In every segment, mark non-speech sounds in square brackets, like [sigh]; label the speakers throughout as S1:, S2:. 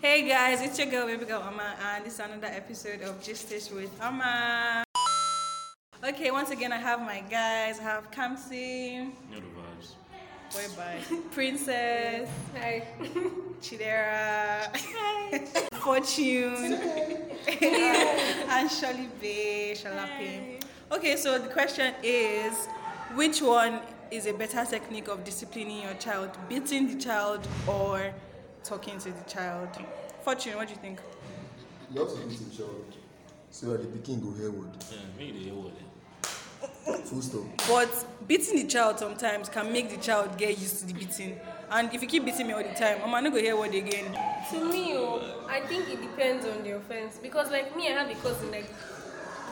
S1: Hey guys, it's your girl Baby Girl Amma, and it's another episode of Gistish with Amma. Okay, once again, I have my guys. I have Kamsi,
S2: You know the vibes.
S1: boy bye, [laughs] Princess,
S3: Hi.
S1: [laughs] Chidera, [laughs] Fortune, and Shalibe, Shalapi. Okay, so the question is which one is a better technique of disciplining your child, beating the child or talking to the child? Fortune, what do you think?
S4: You have to beat him child so that the pikin go hear word.
S2: Yeah, make the word.
S4: Full stop.
S1: But beating the child sometimes can make the child get used to the beating. And if you keep beating me all the time, I'm not going to hear what again.
S3: To me, oh, I think it depends on the offense because, like me, I have a cousin, like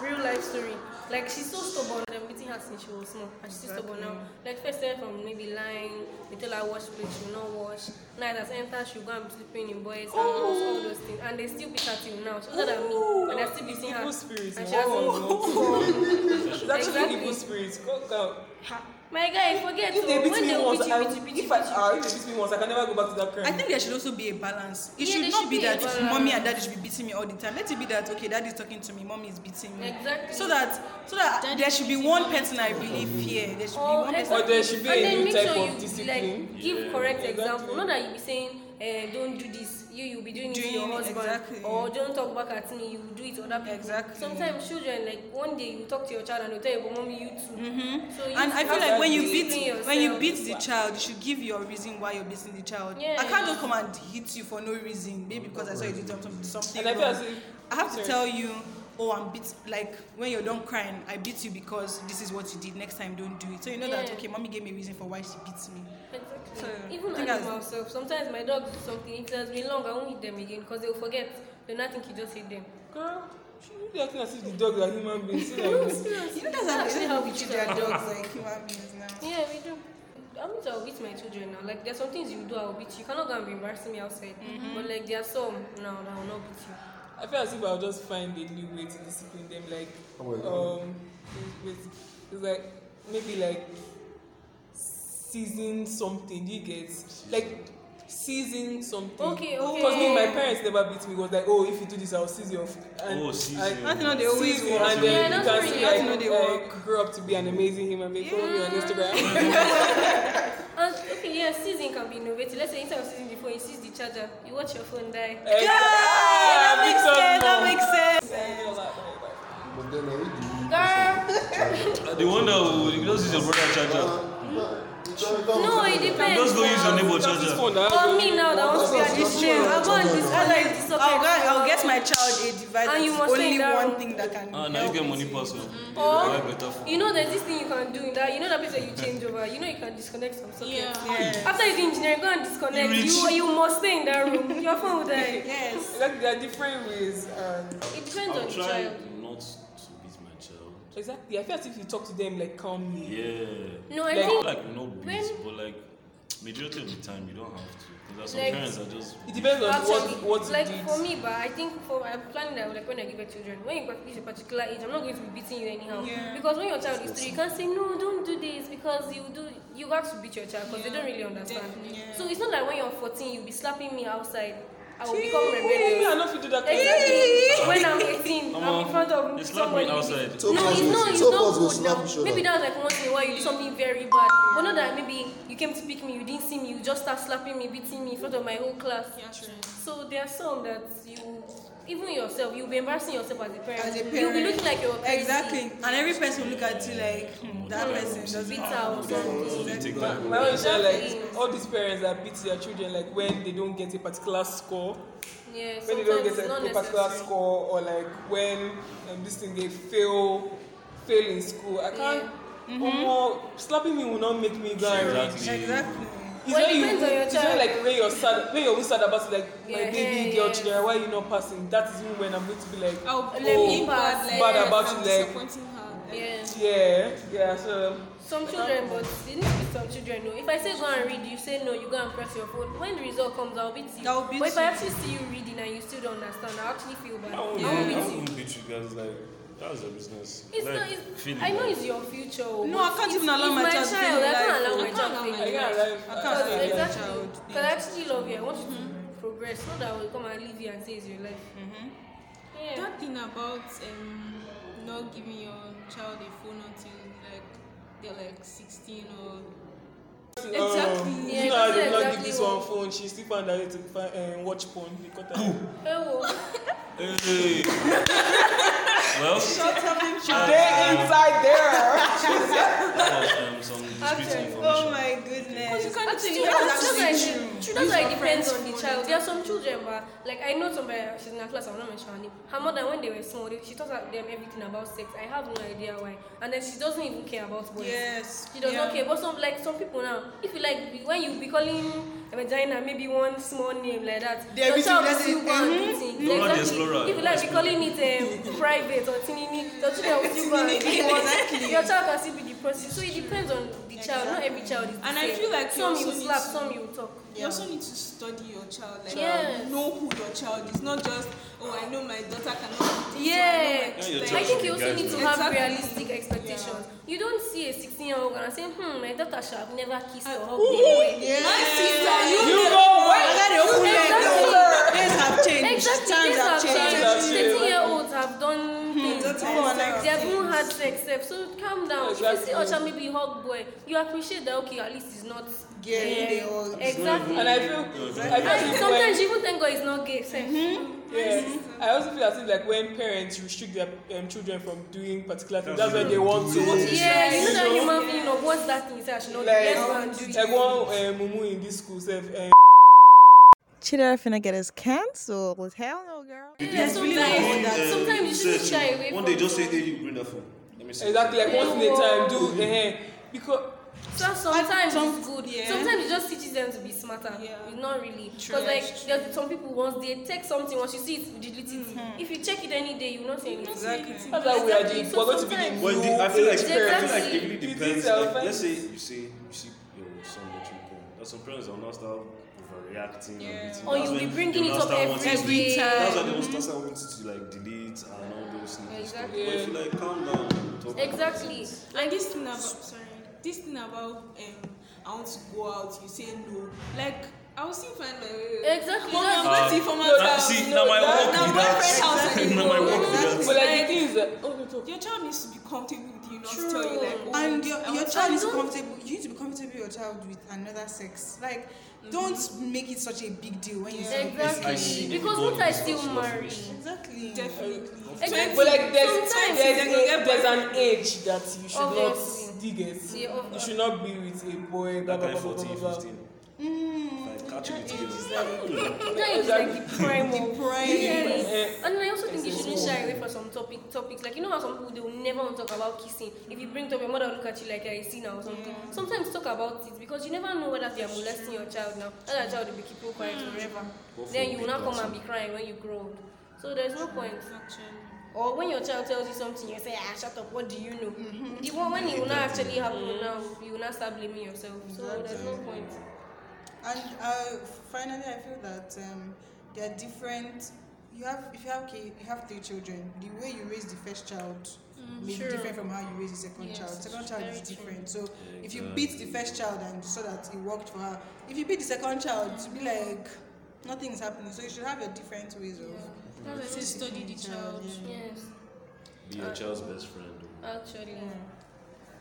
S3: real life story. Like she's so stubborn. I'm beating her since she was small, and she's still stubborn now. Like first time from maybe lying, they tell her wash plate, she will not wash. Night as enter, she will go and be sleeping in boys' and all those things, and they still beat her till now. She's older than me, and I'm still beating her.
S5: Evil spirits.
S3: And she
S5: [laughs]
S3: hasn't.
S5: It's actually
S3: Exactly.
S5: evil spirits. Go, go.
S3: My guy, forget.
S5: If they
S3: oh,
S5: beat
S3: when
S5: me
S3: they will
S5: once,
S3: beat
S5: I,
S3: you, beat you, beat you, beat
S5: if,
S3: you.
S5: I, uh, if they beat me once, I can never go back to that crime.
S1: I think there should also be a balance. It
S3: Yeah,
S1: should
S3: there
S1: not
S3: should
S1: be,
S3: be a
S1: that
S3: balance.
S1: mommy and daddy should be beating me all the time. Let it be that okay, daddy's talking to me, mommy is beating me.
S3: Exactly.
S1: So that so that there should be one person I really fear. There should be
S3: Or
S1: one
S3: let's-
S1: person.
S5: Or there should be a
S3: and then
S5: new
S3: make
S5: type
S3: sure
S5: of
S3: you,
S5: discipline.
S3: Like, give correct
S5: Exactly.
S3: example. Not that you be saying, eh, don't do this. You you be doing, it to your
S1: Doing it,
S3: husband,
S1: exactly.
S3: or don't talk back at me. You do it to other people.
S1: Exactly.
S3: Sometimes children like one day you talk to your child and they tell you, but mommy, you too. Mm-hmm. So you
S1: and I feel
S3: have
S1: like
S3: to
S1: when you
S3: discipline
S1: beat
S3: yourself.
S1: when you beat the child, you should give your reason why you're beating the child.
S3: Yeah.
S1: I can't just come and hit you for no reason, maybe because I saw you did something something
S5: And I feel
S1: wrong.
S5: as if-
S1: I have to
S5: sorry.
S1: tell you, oh, I'm beat. Like when you're done crying, I beat you because this is what you did. Next time, don't do it. So you know that
S3: Yeah.
S1: okay, mommy gave me a reason for why she beats me.
S3: Exactly.
S1: So, I
S3: Even
S1: think that's-
S3: animals self. Sometimes my dog do something. It has been long. I won't hit them again because they will forget. They not think you just hit them.
S5: Girl, should be acting as if the dogs are human beings. So like,
S1: You know that's actually how we treat their dogs like human beings now.
S3: Yeah, we do. I mean, I'll beat my children now. Like, there's some things you do, I'll beat you. You cannot go and be embarrassing me outside.
S1: Mm-hmm.
S3: But, like, there are some now that I will not beat you.
S5: I feel as if I'll just find a new way to discipline them. Like,
S4: Oh my God.
S5: um, with, it's like maybe like season something. You get like season something.
S3: Okay, okay.
S5: Because me, my parents never beat me. It Was like, oh, if you do this, I'll seize your. f-" And
S2: Oh,
S5: seize
S2: seize
S5: I,
S2: your-
S1: That's not the always
S5: season,
S2: work.
S5: and then
S3: Yeah,
S5: you
S3: that's
S5: can see
S3: really-
S5: like,
S1: That's not the
S5: like, grew up to be an amazing human being. Follow me on
S3: [laughs]
S5: Instagram.
S3: And, okay, yeah, season can be innovative. Let's say, instead of season before, you seize the charger, you watch your phone die.
S5: Like,
S1: that
S5: ah,
S1: makes sense. That
S5: because mom.
S1: makes sense.
S5: All that, all that.
S4: But then I read the new
S3: Girl!
S2: Uh, The one that will, you just use your brother charger.
S3: No, it
S2: You
S3: depends.
S2: just go use your
S3: now.
S2: neighbor
S5: That's his
S2: charger.
S5: phone, huh?
S3: For me now, that wants to be at this
S4: That's
S3: name.
S4: not
S3: I want
S4: true.
S3: this.
S1: I
S3: I
S1: like
S3: like this.
S1: I'll, go, I'll get my child a device.
S3: And you
S1: that's
S3: must stay
S1: only
S3: in that
S1: one
S3: room.
S1: thing that can.
S2: Ah, now you
S1: help
S2: get
S1: it.
S2: money pass. oh.
S3: Mm-hmm. Or,
S2: Buy better phone.
S3: you know, there's this thing you can do in that. You know that place where you change over. You know, you can disconnect some sockets.
S1: Yeah.
S3: After you do engineering, go and disconnect.
S2: You
S3: You,
S2: reach.
S3: you must stay in that room. Your phone will die.
S1: Yes.
S5: Like there are different ways, and
S3: It depends on
S2: I'll
S3: the
S2: try
S3: child.
S2: not to beat my child.
S5: exactly, I feel as if you talk to them like calmly.
S2: Yeah.
S3: No, I
S5: Like-
S3: think
S2: Like you know, beat,
S3: When-
S2: but like majority of the time you don't have to. Because some
S3: Like-
S2: parents are just.
S5: It depends on what what you
S3: like
S5: did.
S3: for me, but I think for I'm planning that like when I give my children, when you reach a particular age, I'm not going to be beating you anyhow.
S1: Yeah.
S3: Because when your child is three, you can't say no, don't do this because you do you got to beat your child because they don't really understand.
S1: Yeah.
S3: So it's not like when you're 14, you'll be slapping me outside. I will become
S5: Me, I
S3: rebellious.
S5: know if you do that. kind of thing.
S3: Exactly. when I'm 18, I'm in front
S2: They
S3: of
S2: slap me
S3: somebody.
S2: outside.
S4: So
S3: no,
S4: fast,
S3: it's not, it's
S4: so
S3: not
S4: fast, we
S3: good
S4: snap
S3: now.
S4: each other.
S3: Maybe that was like once in a while you do something very bad. But not that maybe you came to pick me, you didn't see me, you just start slapping me, beating me in front of my whole class. So there are some that you, even yourself, you'll be embarrassing yourself as a parent.
S1: As a
S3: You'll be
S1: parent.
S3: looking like you're crazy.
S1: Exactly. And every person will look at you like hmm, that person doesn't.
S3: Bitter or something.
S2: So they take
S5: My
S2: that.
S5: my own child, like
S3: Exactly.
S5: all these parents that beat their children, like when they don't get a particular score,
S3: Yeah,
S5: when they
S3: sometimes
S5: don't get
S3: it's
S5: a,
S3: not
S5: a particular
S3: necessary.
S5: score, or like when um, this thing they fail, fail in school. I can't. Omo, slapping me will not make me go and read.
S2: Exactly.
S1: Exactly.
S5: It's
S3: Well, it
S5: when you,
S3: depends on your
S5: it's
S3: child.
S5: when like when you're sad, when you're always sad about it, like my
S3: Yeah,
S5: baby
S3: yeah,
S5: girl,
S3: yeah.
S5: children, why are you not passing? That is when I'm going to be like,
S6: I'll
S5: oh,
S6: blame me bad, like,
S5: bad about
S6: I'm
S5: it, like-
S6: disappointing her. Like,
S3: Yeah.
S5: yeah, yeah. So um,
S3: Some children, but there needs to be some children. No, if I say go and read, you say no, you go and press your phone. When the result comes, I'll beat you.
S1: I'll beat
S3: but if I
S1: you.
S3: actually see you reading and you still don't understand, I actually feel bad. I won't
S2: I
S3: beat you.
S2: won't beat you guys. Like that's your business.
S3: It's
S2: like,
S3: not. It's,
S2: feel it,
S3: I know
S2: like,
S3: it's your future. oh,
S1: No, I can't even allow my child to fail
S3: I
S1: in life.
S3: can't allow my
S6: I
S3: child to
S6: can't allow
S3: fail
S5: I
S3: in
S5: can't
S3: life.
S5: arrive.
S1: I can't
S3: Because
S1: allow my Mm-hmm.
S3: exactly.
S1: child.
S3: Because I actually love you. I want you to progress so that we come and leave you and say it's your life.
S1: Mm-hmm.
S3: Yeah.
S6: That thing about um, not giving your child a phone until like they're like 16 or exactly.
S3: Yeah,
S5: Um, you know, I
S3: that's
S5: did not give
S3: exactly
S5: this
S3: what-
S5: one phone. She still found out to find, um, watch porn. Because
S3: Hello.
S2: Hey. well,
S5: They're inside there.
S2: that was um, some disputing information.
S1: Oh my goodness.
S3: Actually,
S6: do
S3: that's,
S6: that
S3: that's
S6: to
S3: like,
S6: you.
S3: true. That's like depends on the child. There are some children, but like I know somebody, she's in her class, I'm not mentioning her name. Her mother, when they were small, they- she taught her- them everything about sex. I have no idea why. And then she doesn't even care about boys.
S1: Yes.
S3: She does
S1: yeah.
S3: not care. But some like some people now, if you like be- when you be calling a vagina maybe one small name like that,
S1: They are
S3: your
S1: beating
S3: child will
S1: that
S3: still
S1: in-
S3: go and
S1: mhm.
S3: beat it.
S2: Dora the
S3: Exactly.
S2: Explorer,
S3: If you like be
S2: Explorer.
S3: calling it um, private or tinini, your children will still go and beat it.
S1: Exactly.
S3: Your child can still be the prostitute. So it depends on the child. Not every child is the
S6: And I
S3: same.
S6: feel like you
S3: some
S6: also
S3: you
S6: need
S3: slap,
S6: to-
S3: some you talk.
S6: You also need to study your child, like
S3: Yes.
S6: know who your child is. Not just oh, I know my daughter cannot. do this,
S3: Yeah,
S2: Yeah, your
S3: I
S2: child
S3: think
S2: should
S3: you
S2: be
S3: also need to
S2: guided.
S3: have
S6: Exactly.
S3: realistic expectations. You don't see a 16 year old and say, hmm, my daughter should have never kissed or
S6: Uh,
S3: hugged anyway.
S1: Yeah.
S6: My sister, you
S5: You know
S1: I
S5: what?
S1: got the open leg now. Things have changed.
S3: Exactly,
S1: Times
S3: things have
S5: Times
S3: changed.
S5: have
S3: 16 year olds have done things.
S1: that's how I like
S3: They have even had sex, sef. so calm down. If you see
S5: Exactly.
S3: Ocha maybe hug boy, you appreciate that, okay, at least he's not
S1: Yeah,
S3: gay.
S1: they all-
S3: Exactly.
S5: And I feel, I feel as
S3: And
S5: if
S3: sometimes
S5: like,
S3: you even thank God he's not gay, sef.
S5: yeah, I also feel as if like when parents restrict their um, children from doing particular things,
S2: That's
S5: that's when they want to.
S3: Yeah, you know that human being of what's that thing, say I should not do,
S5: Like,
S3: let's go and do it.
S5: like one um, mumu in this school said, um,
S7: Chida finna get us cancelled. Hell no, girl.
S3: Yeah,
S2: One,
S3: sometimes,
S2: um,
S3: sometimes you shouldn't
S2: said-
S3: shy away
S2: One
S3: from
S2: day just say,
S3: it.
S2: hey, you bring that phone. Let me see.
S5: exactly like once in a time do eh, eh, because
S3: So sometimes
S1: some-
S3: it's good.
S1: yeah.
S3: Sometimes it just teaches them to be smarter.
S6: Yeah.
S3: It's Not really. Because
S1: True.
S3: like there's some people once they text something, once you see it, you delete it. If you check it any day, you will not say anything.
S1: Exactly.
S5: Mm-hmm. that's how we are
S3: Exactly.
S5: doing.
S3: So
S5: We're going to be the
S3: sometimes-
S5: new
S2: Well, the, I feel like
S5: age
S2: I
S5: parents.
S2: feel like it really
S5: Did you
S2: depends.
S5: tell
S2: Like,
S5: her?
S2: let's say you see you see your son watching porn. There's some parents that will now start overreacting and beating.
S3: Or
S2: That's
S3: you'll
S2: when
S3: be bringing
S2: they'll
S3: it
S2: now
S3: up
S2: start
S3: every
S2: wanting to-
S3: day.
S2: That's why they will start start wanting to like delete and all those things.
S3: Exactly.
S2: But if you like calm down, talk about it.
S3: Exactly.
S6: And this thing about sorry, this thing about um, I want to go out. You say no. Like I will still find my way.
S3: Exactly.
S6: Mommy, I'm
S3: That's-
S6: not see for my
S5: no,
S2: Now,
S6: child.
S2: see,
S5: no,
S2: now my
S5: that-
S2: work
S6: now
S2: be
S6: boyfriend house
S2: [laughs] that. Now my work be
S6: anymore.
S2: that.
S5: But like the thing is that oh, no,
S6: Your child needs to be comfortable with you, not tell you like. Oh,
S1: and your,
S6: I
S1: your
S6: want-
S1: child
S3: I
S1: is
S3: don't-
S1: comfortable you need to be comfortable with your child with another sex like don't make it such a big deal when you see the person.
S2: I see
S3: Exactly. Because
S2: people
S3: what I
S2: doing
S3: still
S2: stuff,
S3: marry.
S1: exactly
S6: definitely.
S3: Exactly.
S5: But like there's
S3: Sometimes
S5: there's,
S3: they
S5: a,
S3: go get
S5: there's an age that you should not
S3: Obviously.
S5: dig it.
S3: Yeah, of-
S5: You should not be with a boy. Blah,
S2: That
S5: blah,
S2: guy
S5: blah, blah,
S2: 14,
S5: blah, blah.
S2: 15. Like catch it together.
S3: That is like the prime of
S1: Prime.
S3: Yes. And I also think you shouldn't shy away from some topic topics. Like you know how some people they will never want to talk about kissing. If you bring it up, your mother will look at you like you're a sinner or something. Sometimes talk about it because you never know whether they are molesting your child now. That child will be keeping quiet forever. Then you will not come and be crying when you grow old. So there's no point. Or when your child tells you something, you say, ah, shut up, what do you know? The one when it will not actually happen now, you will not start blaming yourself. So there's no point.
S1: and uh, finally i feel that um, there are different you have if you have ki- you have three children the way you raise the first child
S6: Mm,
S1: may
S3: True.
S1: be different from how you raise the second child second child is different so if you beat the first child and you saw that it worked for her if you beat the second child it will be like nothing's happening so you should have your different ways of
S6: That's why I say study the child.
S3: Yes,
S2: Be your child's best friend.
S3: actually.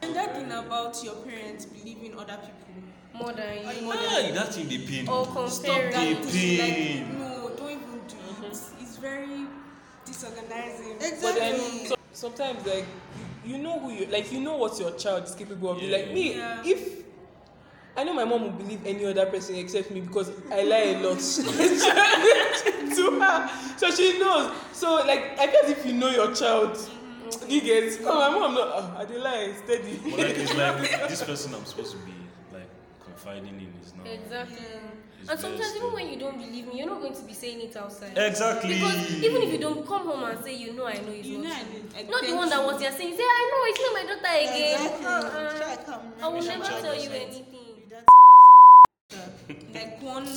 S6: And that thing about your parents believing other people.
S3: More than you.
S2: Ah, that thing they pain.
S3: Or comparing.
S6: That
S2: it.
S6: is
S2: Pain.
S6: like no, don't even do
S3: Mm-hmm.
S6: it. It's very disorganizing.
S5: But then
S1: exactly
S5: so, sometimes like you, you know who you like you know what your child is capable of.
S2: Yeah.
S5: Like me,
S6: Yeah.
S5: if I know my mom will believe any other person except me because I lie a
S2: [laughs]
S5: lot [laughs] to her. So she knows. So like I guess if you know your child, you get oh my mom not oh, I dey lie steady.
S2: But like it's like this person I'm supposed to be like confiding in is now.
S3: Exactly.
S2: It's
S3: And sometimes
S2: best,
S3: even
S2: yeah.
S3: when you don't believe me, you're not going to be saying it outside.
S2: Exactly.
S3: Because even if you don't come home and say, you know, I know it's
S6: You
S3: not
S6: know, I
S3: true."
S6: did- I
S3: Not the
S6: thank
S3: one that
S6: you.
S3: was there saying, say, I know, it's not my daughter again.
S1: Exactly. Sure, I
S3: Uh-uh.
S1: can't
S3: I will
S1: remember.
S3: never
S1: Sure,
S3: tell
S1: I
S3: you
S1: can't.
S3: anything.
S1: That's bastard.
S6: like one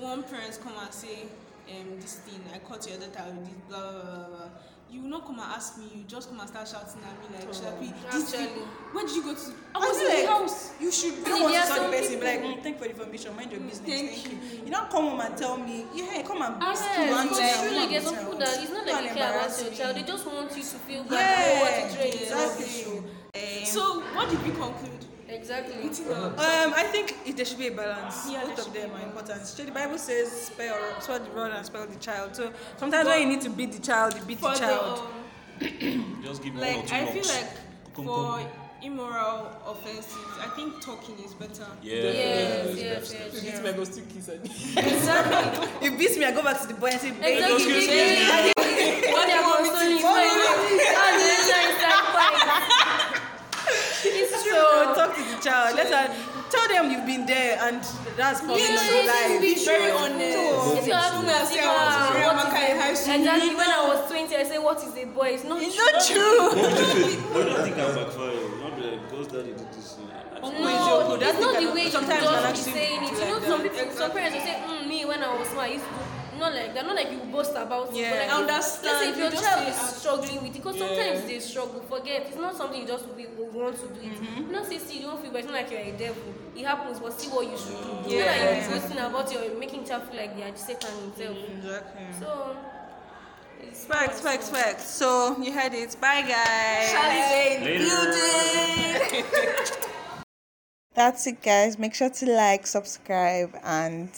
S6: one parent come and say um, this thing, I caught your daughter with this, blah, blah, blah, blah. You will not come and ask me, you just come and start shouting at me like, Shlapi, this thing,
S3: Actually.
S6: when did you go to?
S3: I was in the house.
S1: You should be
S3: See,
S1: the one to
S3: there are
S1: tell the
S3: some
S1: person, be like,
S3: people-
S1: mm, thank you for the information, mind your business,
S6: thank
S1: thank, you. you. don't come home and tell me, yeah, come and
S3: Ask
S1: come
S3: yes,
S1: and
S3: because
S1: tell me,
S3: truly,
S1: come
S3: there's some
S1: and tell
S3: people that
S1: me.
S3: it's not
S1: Come
S3: like
S1: and
S3: they care about
S1: embarrass
S3: your
S1: me.
S3: child. They just want you to feel bad
S1: Yeah,
S3: about what you did.
S1: exactly. Um,
S6: So, what did we conclude?
S3: Exactly.
S1: um, I think it, there should be a balance.
S6: Yeah, there
S1: Both
S6: should
S1: of them are important. Actually, The Bible says, spell, spell the rod and spell the child. So sometimes when you need to beat the child, you beat the
S6: For
S1: child.
S6: the, um,
S2: Just give me one or
S6: like
S2: two
S6: I feel
S2: knocks.
S6: like
S2: Come,
S6: for
S2: come.
S6: immoral offenses, I think talking is better.
S2: Yeah,
S3: Yes,
S2: yeah,
S3: yes,
S2: yeah.
S3: yes.
S5: If it's my go still kiss her.
S1: Exactly. you beat me, I go back to the boy and say, baby,
S3: Exactly.
S2: excuse me.
S3: baby. What they are concerning is my And the next time it's like fight. It's true.
S1: So
S3: now.
S1: talk to the child. Let her tell them you've been there, and that's probably
S6: Yeah,
S1: your
S6: it
S1: life.
S6: should be Very true. honest.
S1: So,
S3: If you ask me, I'll say, ah,
S6: Real
S3: what
S6: Makai High
S3: is
S6: School.
S3: it? Exactly. When I was 20, I said, what is a boy? [laughs] It's not
S1: it's
S3: true.
S1: not true.
S2: But I don't think I'm backfiring. Not be like, because daddy did this. I think
S3: No,
S1: That's
S3: it's not the way you
S1: sometimes can
S3: just
S1: actually
S3: be saying
S1: do
S3: it. You
S1: like
S3: know,
S1: that.
S3: some people, some parents will say, mm, me when I was small, I used to. Not like that. Not like you boast about it.
S1: Yeah.
S3: but like
S6: I
S3: if-
S6: understand.
S3: Let's say if
S6: You
S3: your
S6: just
S3: child
S6: say,
S3: is
S6: "Ah."
S3: struggling with it, because sometimes they struggle. Forget, it's not something you just will, will want to do it.
S1: Mm-hmm.
S3: You know, say, see, you don't feel, but it's not like you're a devil. It happens, but see what you should do.
S1: Yeah.
S3: Not like you're boasting about it, or you're making child feel like they are Satan himself.
S1: Exactly.
S3: So, it's
S1: Facts, facts, facts. So you heard it. Bye, guys.
S7: [laughs] That's it, guys. Make sure to like, subscribe, and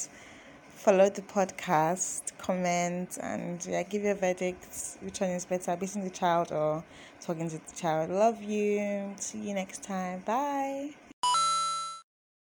S7: follow the podcast, comment, and yeah, give your verdicts. Which one is better, beating the child or talking to the child? Love you. See you next time. Bye.